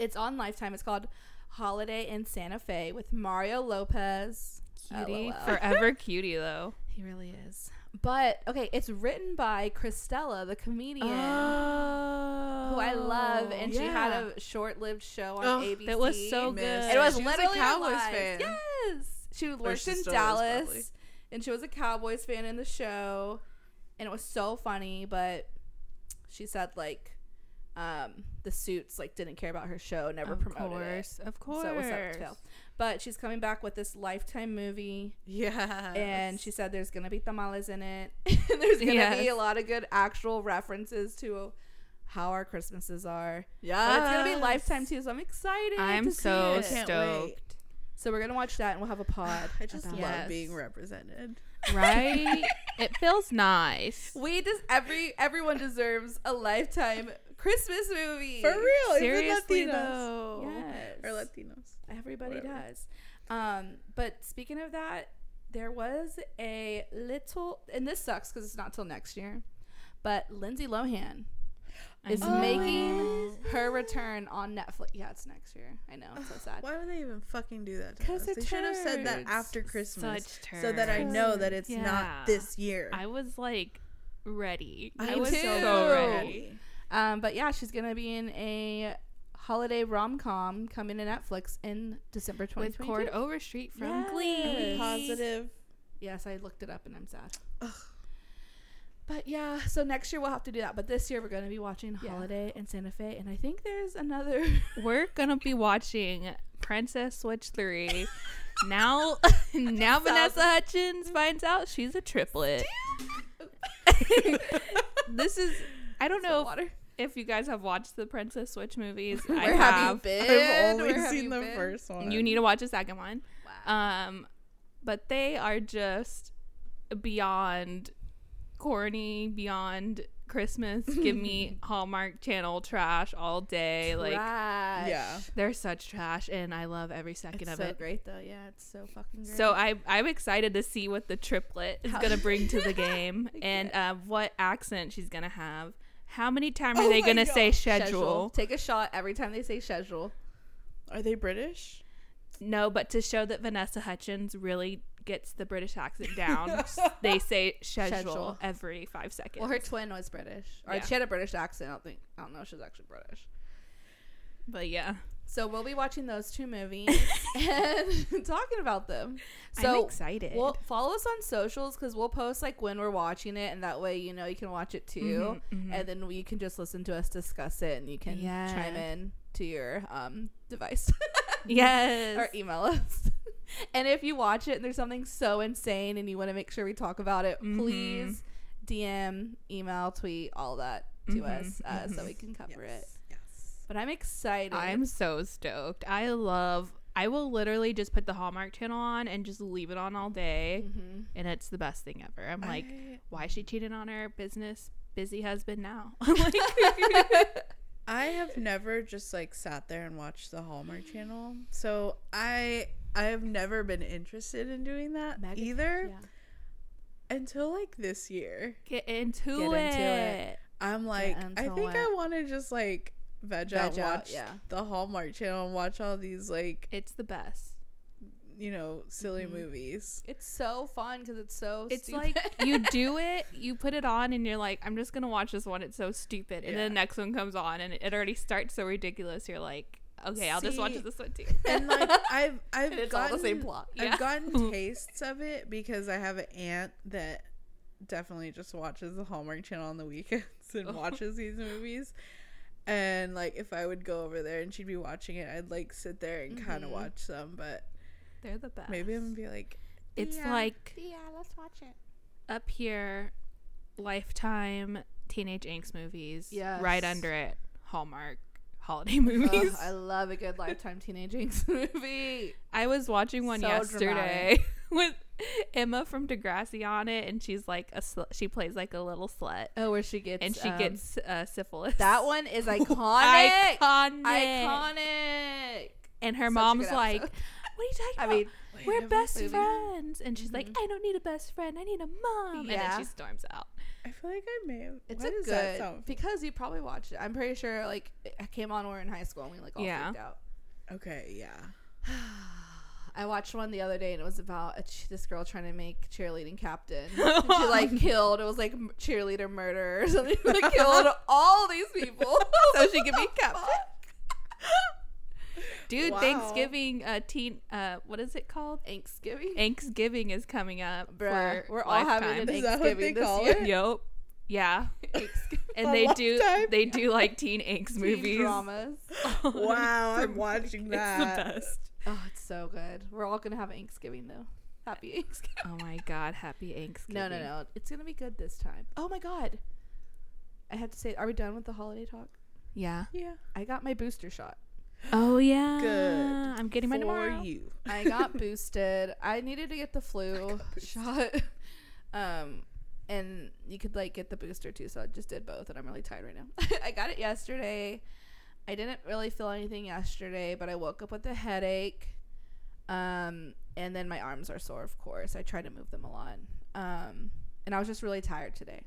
It's on Lifetime. It's called Holiday in Santa Fe with Mario Lopez. Cutie. LOL. Forever cutie though. He really is. But okay, it's written by Christella, the comedian, oh who I love, and she had yeah. a short-lived show on Oh, ABC. That was so Miss. good. It was She was a literally Cowboys live. fan. Yes, she worked she in still is, Dallas, probably. and she was a Cowboys fan in the show, and it was so funny. But she said like, um, the suits like didn't care about her show, never of promoted it. course. Of course. So it was up to fail. But she's coming back with this lifetime movie yeah and she said there's gonna be tamales in it. there's gonna be Yes. a lot of good actual references to how our Christmases are. yeah But it's gonna Ah. be lifetime too, so I'm excited. I'm to see so it. Can't stoked. wait. So we're gonna watch that and we'll have a pod. I just about love it. Yes. being represented. Right? it feels nice. We just every everyone deserves a lifetime Christmas movie For real, Seriously even Latinos. though. Yes, Or Latinos. everybody whatever. does. Um, but speaking of that, there was a little, and this sucks because it's not till next year. But Lindsay Lohan I is know. making her return on Netflix. Yeah, it's next year. I know, it's so sad. Why would they even fucking do that? 'Cause Because they're they should have said that turds. after Christmas, Such so that I turds. know that it's Yeah. not this year. I was like ready. I I Me was too. so ready. Um, but yeah, she's gonna be in a holiday rom com coming to Netflix in December With 2022. Cord Overstreet from Yes. Glee. Yes. Positive. Yes, I looked it up and I'm sad. But yeah, so next year we'll have to do that. But this year we're gonna be watching Yeah. Holiday in Santa Fe, and I think there's another. We're gonna be watching Princess Switch 3. now now Vanessa Hutchins finds out she's a triplet. this is I don't know if- if you guys have watched the Princess Switch movies. I Where have you have. been? I've Where only have seen you the been? first one. You need to watch the second one. Wow. Um, but they are just beyond corny, beyond Christmas. Give me Hallmark Channel trash all day. Like Trash. Yeah. they're such trash, and I love every second It's of so it. great though. Yeah, it's so fucking great. So I I'm excited to see what the triplet is gonna bring to the game and uh, what accent she's gonna have. How many times are Oh they my gonna God. say Schedule. schedule? Take a shot every time they say schedule. Are they British? No, but to show that Vanessa Hutchins really gets the British accent down, they say schedule, Schedule. every five seconds. Well, her twin was British. Or Yeah. she had a British accent. I don't think. I don't know. if She's actually British. but yeah, So we'll be watching those two movies and talking about them. So I'm excited. Well, follow us on socials because we'll post like when we're watching it, and that way you know you can watch it too, Mm-hmm, and then you can just listen to us discuss it, and you can Yeah. chime in to your um device yes, or email us. and if you watch it and there's something so insane Mm-hmm. and you want to make sure we talk about it, please DM, email, tweet, all that. to Mhm, us uh, so we can cover it. Yes. But I'm excited. I'm so stoked. I love. I will literally just put the Hallmark Channel on and just leave it on all day, Mhm. and it's the best thing ever. I'm like, I- why is she cheating on her business busy husband now? like, I have never just like sat there and watched the Hallmark Channel, so I I have never been interested in doing that Maggie- either yeah. until like this year. get into Get into it. it. I'm like, I until think I what? want to just like veg, out, Veg out, watch yeah. the Hallmark Channel, and watch all these like It's the best. you know silly Mm-hmm. movies. It's so fun because it's so. It's stupid. like you do it, you put it on, and you're like, I'm just gonna watch this one. It's so stupid. And then the Yeah. next one comes on, and it already starts so ridiculous. You're like, okay, I'll just watch See, this one too. And like I've I've And it's all gotten, the same plot. Yeah. I've gotten tastes of it because I have an aunt that definitely just watches the Hallmark Channel on the weekends Oh. and watches these movies. And like if I would go over there and she'd be watching it, I'd like sit there and kind Mm-hmm. of watch them. But They're the best. maybe I'm gonna be like, It's like up here, Lifetime, Teenage Angst movies. Right Yes. under it, Hallmark holiday movies. Ugh, I love a good lifetime teenage angst movie. I was watching one So yesterday with Emma from Degrassi on it, and she's like a sl- she plays like a little slut, Oh, where she gets and she um, gets uh, syphilis. that one is iconic. iconic, Iconic. and her Such a mom's good like, episode. "What are you talking I about? mean, have We're we best seen- friends," and she's like, "I don't need a best friend. I need a mom." And Yeah. then she storms out. I feel like I may. Have, It's why a does that good sound because you probably watched it. I'm pretty sure like it it came on when we were in high school and we like all Yeah. freaked out. Okay, yeah. I watched one the other day and it was about a ch- this girl trying to make cheerleading captain. And she like killed. It was like m- cheerleader murder or something. Like killed all these people so she could be captain. Dude, Wow. Thanksgiving, uh, teen, uh, what is it called? Thanksgiving. Thanksgiving is coming up. Bruh, for we're all having a Lifetime. Is that what they Thanksgiving this call year. it? Yep. Yeah. and A they do lifetime? they do like teen angst Teen movies. dramas. Wow, I'm watching that. It's the best. Oh, it's so good. We're all gonna have Thanksgiving though. Happy Thanksgiving. Oh my god, happy angst. No, no, no. It's gonna be good this time. Oh my god. I had to say, are we done with the holiday talk? Yeah. Yeah, I got my booster shot. Oh yeah. Good I'm getting mine for tomorrow. you. I got boosted. I needed to get the flu shot. Um and you could like get the booster too, so I just did both and I'm really tired right now. I got it yesterday. I didn't really feel anything yesterday, but I woke up with a headache. Um and then my arms are sore, of course. I try to move them a lot. Um and I was just really tired today.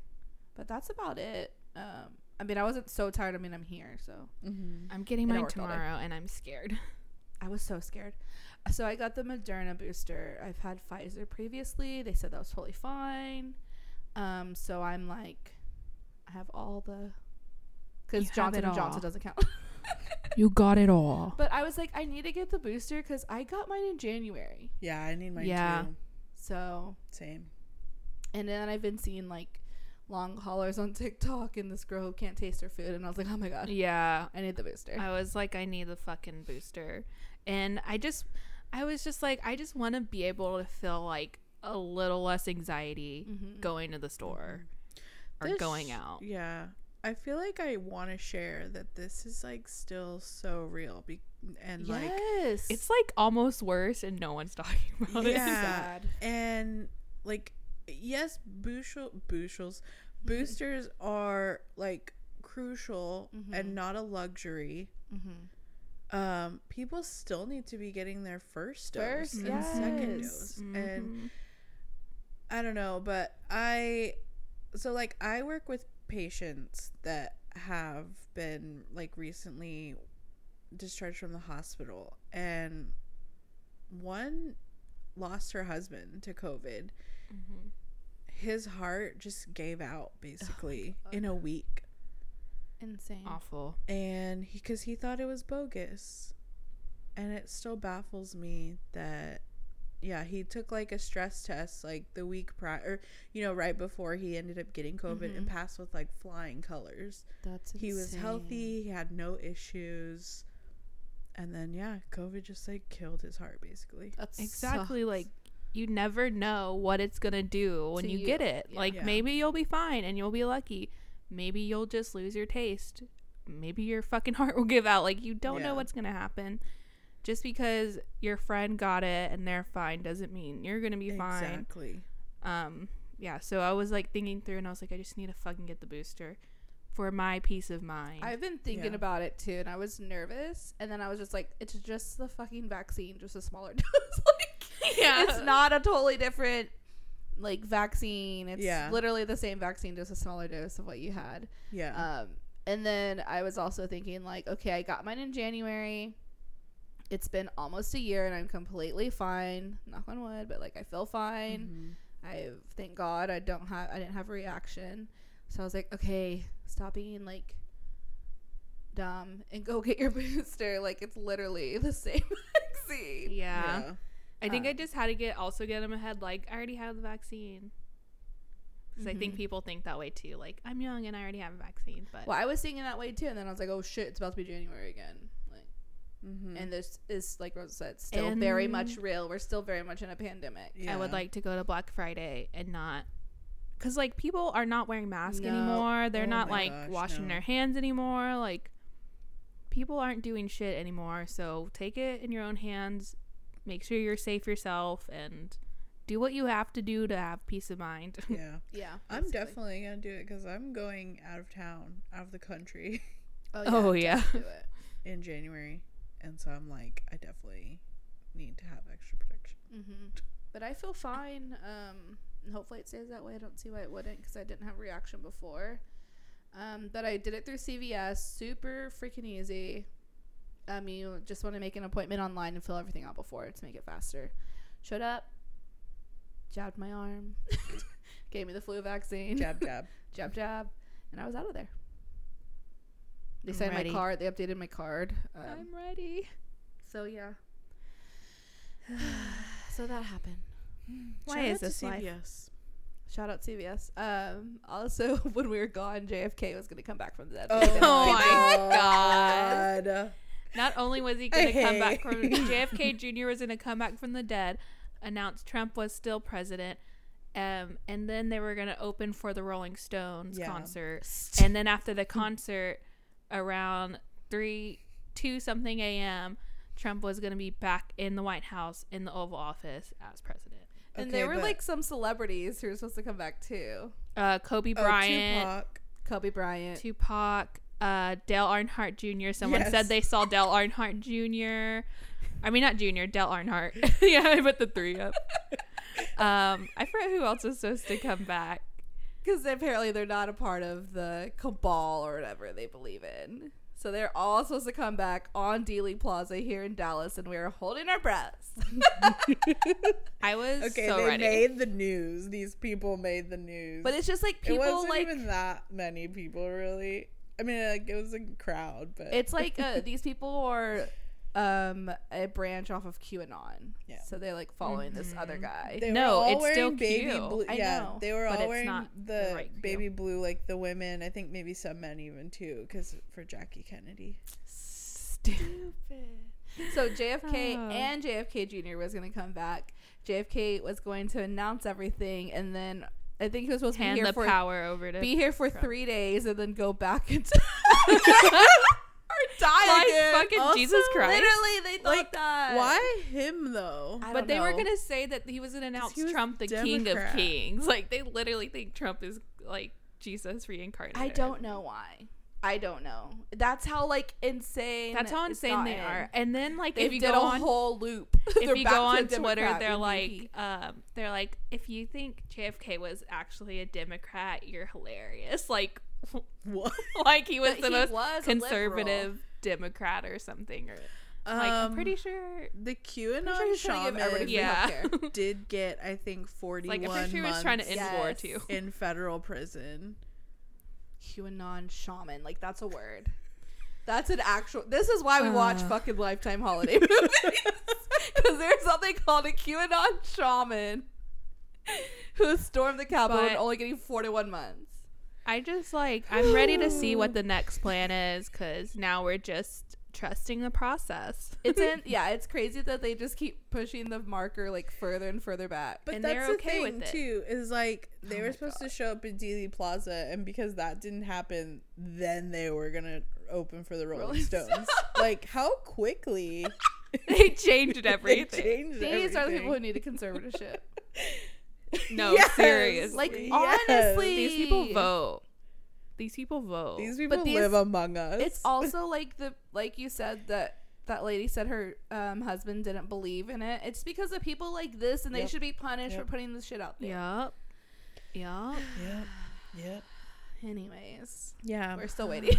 But that's about it. Um I mean, I wasn't so tired. I mean, I'm here, so Mhm. I'm getting And I mine worked all day. tomorrow and I'm scared. I was so scared. So I got the Moderna booster. I've had Pfizer previously. They said that was totally fine. Um, so I'm like, I have all the You because have Johnson it and Johnson all. doesn't count. You got it all. but I was like, I need to get the booster because I got mine in January. Yeah, I need mine Yeah. too. So Same. and then I've been seeing like long haulers on TikTok and this girl who can't taste her food, and I was like, oh my god, Yeah. I need the booster. I was like, I need the fucking booster. And I just, I was just like, I just want to be able to feel like a little less anxiety going to the store or Mm-hmm. This- going out. Yeah. I feel like I want to share that this is like still so real be- and like yes, It's like almost worse and no one's talking about it. yeah. sad. And like yes, bushel bushels boosters are like crucial and not a luxury. Mm-hmm. Um, people still need to be getting their first dose First, and second yes. dose, Mm-hmm. and I don't know, but I so like I work with patients that have been like recently discharged from the hospital and one lost her husband to COVID. His heart just gave out basically in a week. insane. Awful. And he cuz he thought it was bogus. And it still baffles me that yeah, he took like a stress test like the week prior, you know, right before he ended up getting COVID and passed with like flying colors. That's He was insane. healthy, he had no issues. And then yeah, COVID just like killed his heart basically. That's Exactly. Like, you never know what it's going to do when To you, you. get it. Yeah. Like, Yeah. maybe you'll be fine and you'll be lucky. maybe you'll just lose your taste. Maybe your fucking heart will give out. Like you don't Yeah. know what's gonna happen. Just because your friend got it and they're fine doesn't mean you're gonna be fine. Exactly. Um, yeah. So I was like thinking through, and I was like, I just need to fucking get the booster for my peace of mind. I've been thinking Yeah. about it too, and I was nervous, and then I was just like, "It's just the fucking vaccine, just a smaller dose. like, Yeah. it's not a totally different like vaccine. It's Yeah. literally the same vaccine, just a smaller dose of what you had." Yeah. Um, and then I was also thinking like, okay, I got mine in January. It's been almost a year, and I'm completely fine. Knock on wood, but like I feel fine. Mm-hmm. I thank God I don't have I didn't have a reaction. So I was like, okay, stop being like dumb and go get your booster. Like it's literally the same vaccine. yeah. yeah. I think I Um, just had to get also get him ahead. Like I already have the vaccine. Because I Mm-hmm. think people think that way too. Like I'm young and I already have a vaccine, but Well, I was thinking that way too, and then I was like, oh shit, it's about to be January again. Like, Mm-hmm. and this is like Rosa said, still And- very much real. We're still very much in a pandemic. I would like to go to Black Friday and not. Because like people are not wearing masks anymore. They're Oh not my like gosh, washing no. their hands anymore. Like people aren't doing shit anymore. So take it in your own hands. Make sure you're safe yourself and do what you have to do to have peace of mind. Yeah. Yeah. I'm basically. definitely gonna do it because I'm going out of town, out of the country Oh, yeah. definitely do it. in January, and so I'm like, I definitely need to have extra protection. hmm But I feel fine. Um, and hopefully it stays that way. I don't see why it wouldn't because I didn't have a reaction before. Um, but I did it through CVS. Super freaking easy. Um, you just want to make an appointment online and fill everything out before to make it faster. Showed up, jabbed my arm, gave me the flu vaccine, Jab jab. jab, jab, and I was out of there. They signed Alrighty. my card. They updated my card. Um, I'm ready. so yeah. so that happened. Why Shout is out to this life? CVS. Shout out CVS. Um, also, when we were gone, JFK was going to come back from the dead. Oh my god. Not only was he I going to come back hate- from JFK Jr. was going to come back from the dead, announce Trump was still president, um, and then they were going to open for the Rolling Stones Yeah. concert, and then after the concert, around three two something a.m., Trump was going to be back in the White House in the Oval Office as president. and Okay, there were but- like some celebrities who were supposed to come back too. Uh, Kobe Oh, Bryant, Tupac. Kobe Bryant. Tupac, uh, Dale Earnhardt Jr. Someone Yes. said they saw Dale Earnhardt Jr. I mean, not Jr. Dale Earnhardt. yeah, I put the three up. um, I forgot who else was supposed to come back. Because apparently they're not a part of the cabal or whatever they believe in. So they're all supposed to come back on Dealey Plaza here in Dallas, and we are holding our breaths. I was Okay, so they ready. made the news. These people made the news. But it's just like people it wasn't like. even that many people really. I mean, like it was a crowd, but It's like uh, these people are um, a branch off of QAnon. Yeah. Mm-hmm. So they're like following this other guy. They No, were all it's wearing still baby cute. blue. I yeah, know, they were but all it's wearing not the, the right cute. baby blue, like the women. I think maybe some men even too, because for Jackie Kennedy. So JFK Oh. and JFK Jr. was going to come back. JFK was going to announce everything, and then I think he was supposed Hand to be the here for power over to be here for three days, and then go back into or die Like, again. fucking Jesus Christ. Literally, they thought Like, that. Why him though? I but don't they were know. gonna say that he was gonna announce he was Trump the King of Democrat. Kings. Like they literally think Trump is like Jesus reincarnated. I don't know why. I don't know. That's how like insane. That's how it's insane they gotten. are. And then like They if you did go a on whole loop. They're if you back to go on the Twitter, Democrat they're like, VP. um, they're like, if you think JFK was actually a Democrat, you're hilarious. Like, What? like he was But the he most was a conservative Democrat or something. Or like, I'm Um, pretty sure. Um, the sure QAnon he's trying to give everybody shaman free health Yeah, care. did get, I think, forty-one like I'm pretty sure he was trying to end months. war Yes. too. in federal prison. QAnon shaman. Like that's a word. That's an actual. This is why we watch fucking Lifetime holiday movies because there's something called a QAnon shaman who stormed the Capitol and But- only getting 41 months. I just like I'm ready to see what the next plan is because now we're just trusting the process. It's in yeah, it's crazy that they just keep pushing the marker like further and further back. But And that's they're the okay thing with it. too. Is like they were supposed to show up at Dealey Plaza, and because that didn't happen, then they were gonna open for the Rolling, Rolling Stones. like how quickly they changed they everything. changed These are the people who everything. need a conservatorship. No, Yes! seriously. like Yes. honestly, these people vote. These people vote. These people these- live among us. It's also like the like you said that that lady said her um, husband didn't believe in it. It's because of people like this, and they Yep. should be punished Yep. for putting this shit out there. Yup. Yup. Yep. Yep. Anyways, Yeah. we're still waiting.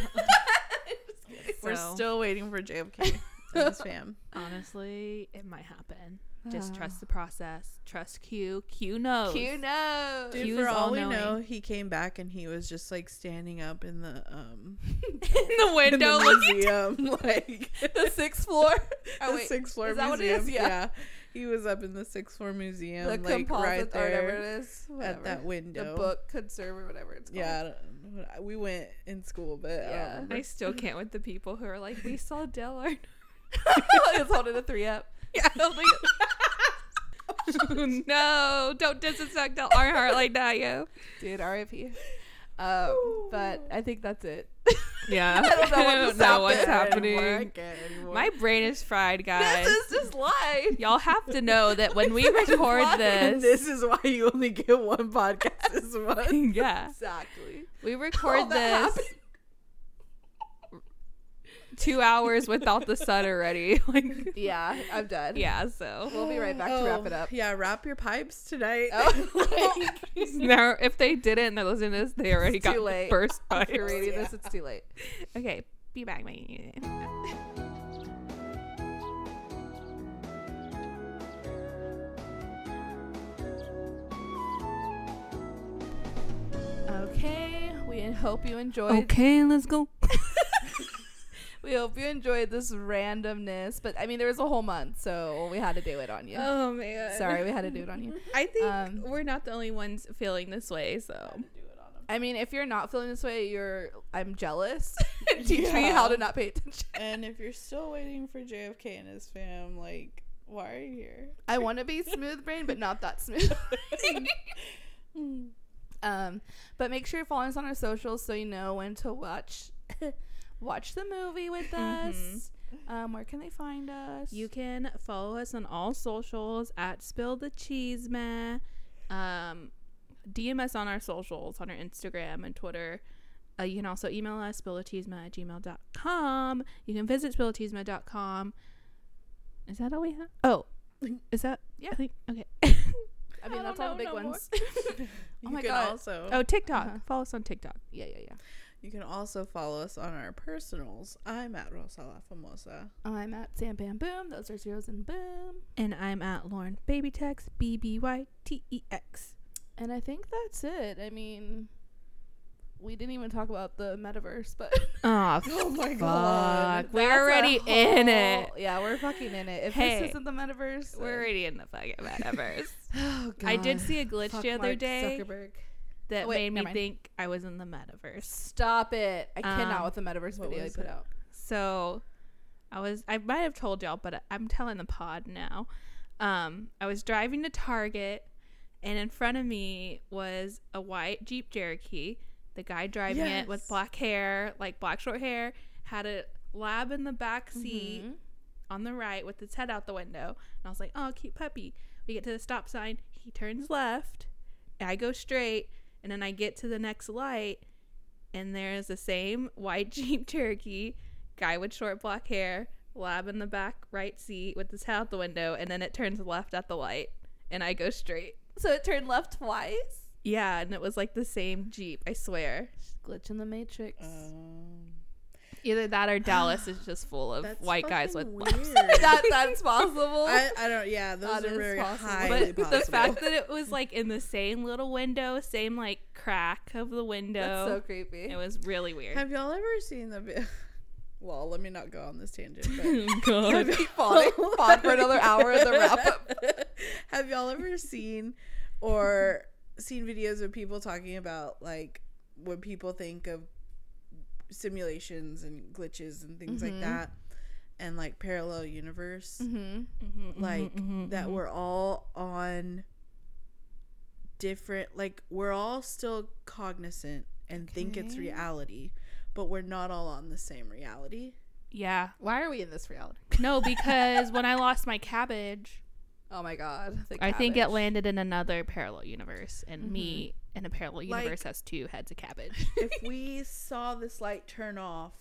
We're So, still waiting for JFK. and his fam. honestly, it might happen. Just trust the process. Trust Q. Q knows. Q knows. Dude, He for was all we all-knowing. know, he came back and he was just like standing up in the um in the in window. the looking- museum, like the sixth floor. Oh the wait, sixth floor is that what it museum. is? Yeah. Yeah. he was up in the sixth floor museum, the like composite right or whatever there it is, whatever. at that window. the book conserve or whatever it's called. Yeah, I don't know. we went in school, but um, Yeah. yeah, I still can't with the people who are like, we saw Del Arno. it's holding a three up. Yeah, no, don't disrespect Del Earnhardt like that, yo. Dude, R.I.P. Um, but I think that's it. Yeah, I don't know what to stop it. My brain is fried, guys. This is just live. Y'all have to know that when we record this, this is why you only get one podcast this month. Oh, yeah, Exactly. we record that this two hours without the sun already. Like, Yeah, I'm done. yeah, so We'll be right back to wrap it up. Oh, Yeah, wrap your pipes tonight. Oh, like, now if they didn't, and they're listening to this, they already too got late. burst by. if you're reading this, it's too late. Okay, be back, mate. Okay, we hope you enjoyed. Okay, let's go. We hope you enjoyed this randomness. But I mean, there was a whole month, so we had to do it on you. Oh man. Sorry, we had to do it on you. I think Um, we're not the only ones feeling this way, so I mean, if you're not feeling this way, you're. I'm jealous. Teach me how to not pay attention. And if you're still waiting for JFK and his fam, like, why are you here? I want to be smooth brain, but not that smooth. um, but make sure you're following us on our socials so you know when to watch watch the movie with us. Um, where can they find us? Mm-hmm. you can follow us on all socials at Spill the Cheese Man. Um DM us on our socials, on our Instagram and Twitter. Uh, you can also email us, spillatisma at gmail.com. You can visit spillatisma.com. Is that all we have? Oh, is that? Yeah. I think, okay. I mean, I that's don't all the know big no more. ones. You my can God. also oh, TikTok. Follow us on TikTok. yeah, yeah, yeah. you can also follow us on our personals. I'm at Rosala Famosa. I'm at Sam Bam Boom. Those are zeros and boom. And I'm at Lauren Baby Tex, B B Y T E X. And I think that's it. I mean, we didn't even talk about the metaverse, but Oh, Oh my fuck. We're That's our already in it. whole- Yeah, we're fucking in it. If Hey, this isn't the metaverse, We're then- already in the fucking metaverse. Oh, I did God. see a glitch Fuck the other Mark day Zuckerberg. that Oh, wait, made me never mind. think I was in the metaverse. Stop it! I Um, cannot with the metaverse what video he was put it? out. So I was I might have told y'all, but I'm telling the pod now. Um, I was driving to Target and in front of me was a white Jeep Cherokee. The guy driving it with Yes. black hair, like black short hair, had a lab in the back Mm-hmm. seat on the right with his head out the window. And I was like, oh, cute puppy. We get to the stop sign. He turns left. and I go straight. And then I get to the next light. And there's the same white Jeep Cherokee, guy with short black hair, lab in the back right seat with his head out the window. And then it turns left at the light. And I go straight. So it turned left twice. Yeah. And it was like the same Jeep, I swear. Glitch in the matrix. Um, Either that or Dallas is just full of that's white guys with fucking labs. weird. that that's possible. I, I don't. Yeah, those That are is very possible. highly But possible. the fact that it was like in the same little window, same like crack of the window, that's so creepy. it was really weird. have y'all ever seen the? vi- Well, let me not go on this tangent. But Oh, God. keep falling pod for another hour of the wrap up. have y'all ever seen or seen videos of people talking about like what people think of simulations and glitches and things like that? and like parallel universe Mm-hmm. like that we're all on different like we're all still cognizant and think it's reality but we're not all on the same reality Yeah. Why are we in this reality? No, because when I lost my cabbage, Oh my god. I think it cabbage. landed in another parallel universe, and me in a parallel Like- universe has two heads of cabbage. if we saw this light turn off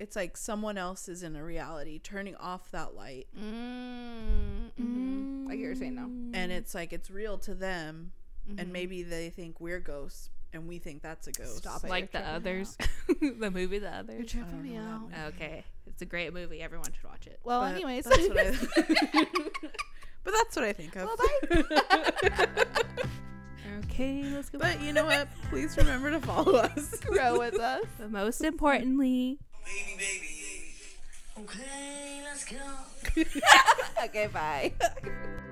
it's like someone else is in a reality turning off that light Mm, mhm. I get what you're saying now. and it's like it's real to them Mm-hmm. and maybe they think we're ghosts and we think that's a ghost Stop it. like the you're tripping me others, the movie The Others. Um, I don't know that one. Okay, it's a great movie. Everyone should watch it. Well, But anyways. that's what I- but that's what i think of Okay, let's go. But you know what? Please remember to follow us. grow with us. But most importantly, baby, baby. Okay, let's go. Okay, bye.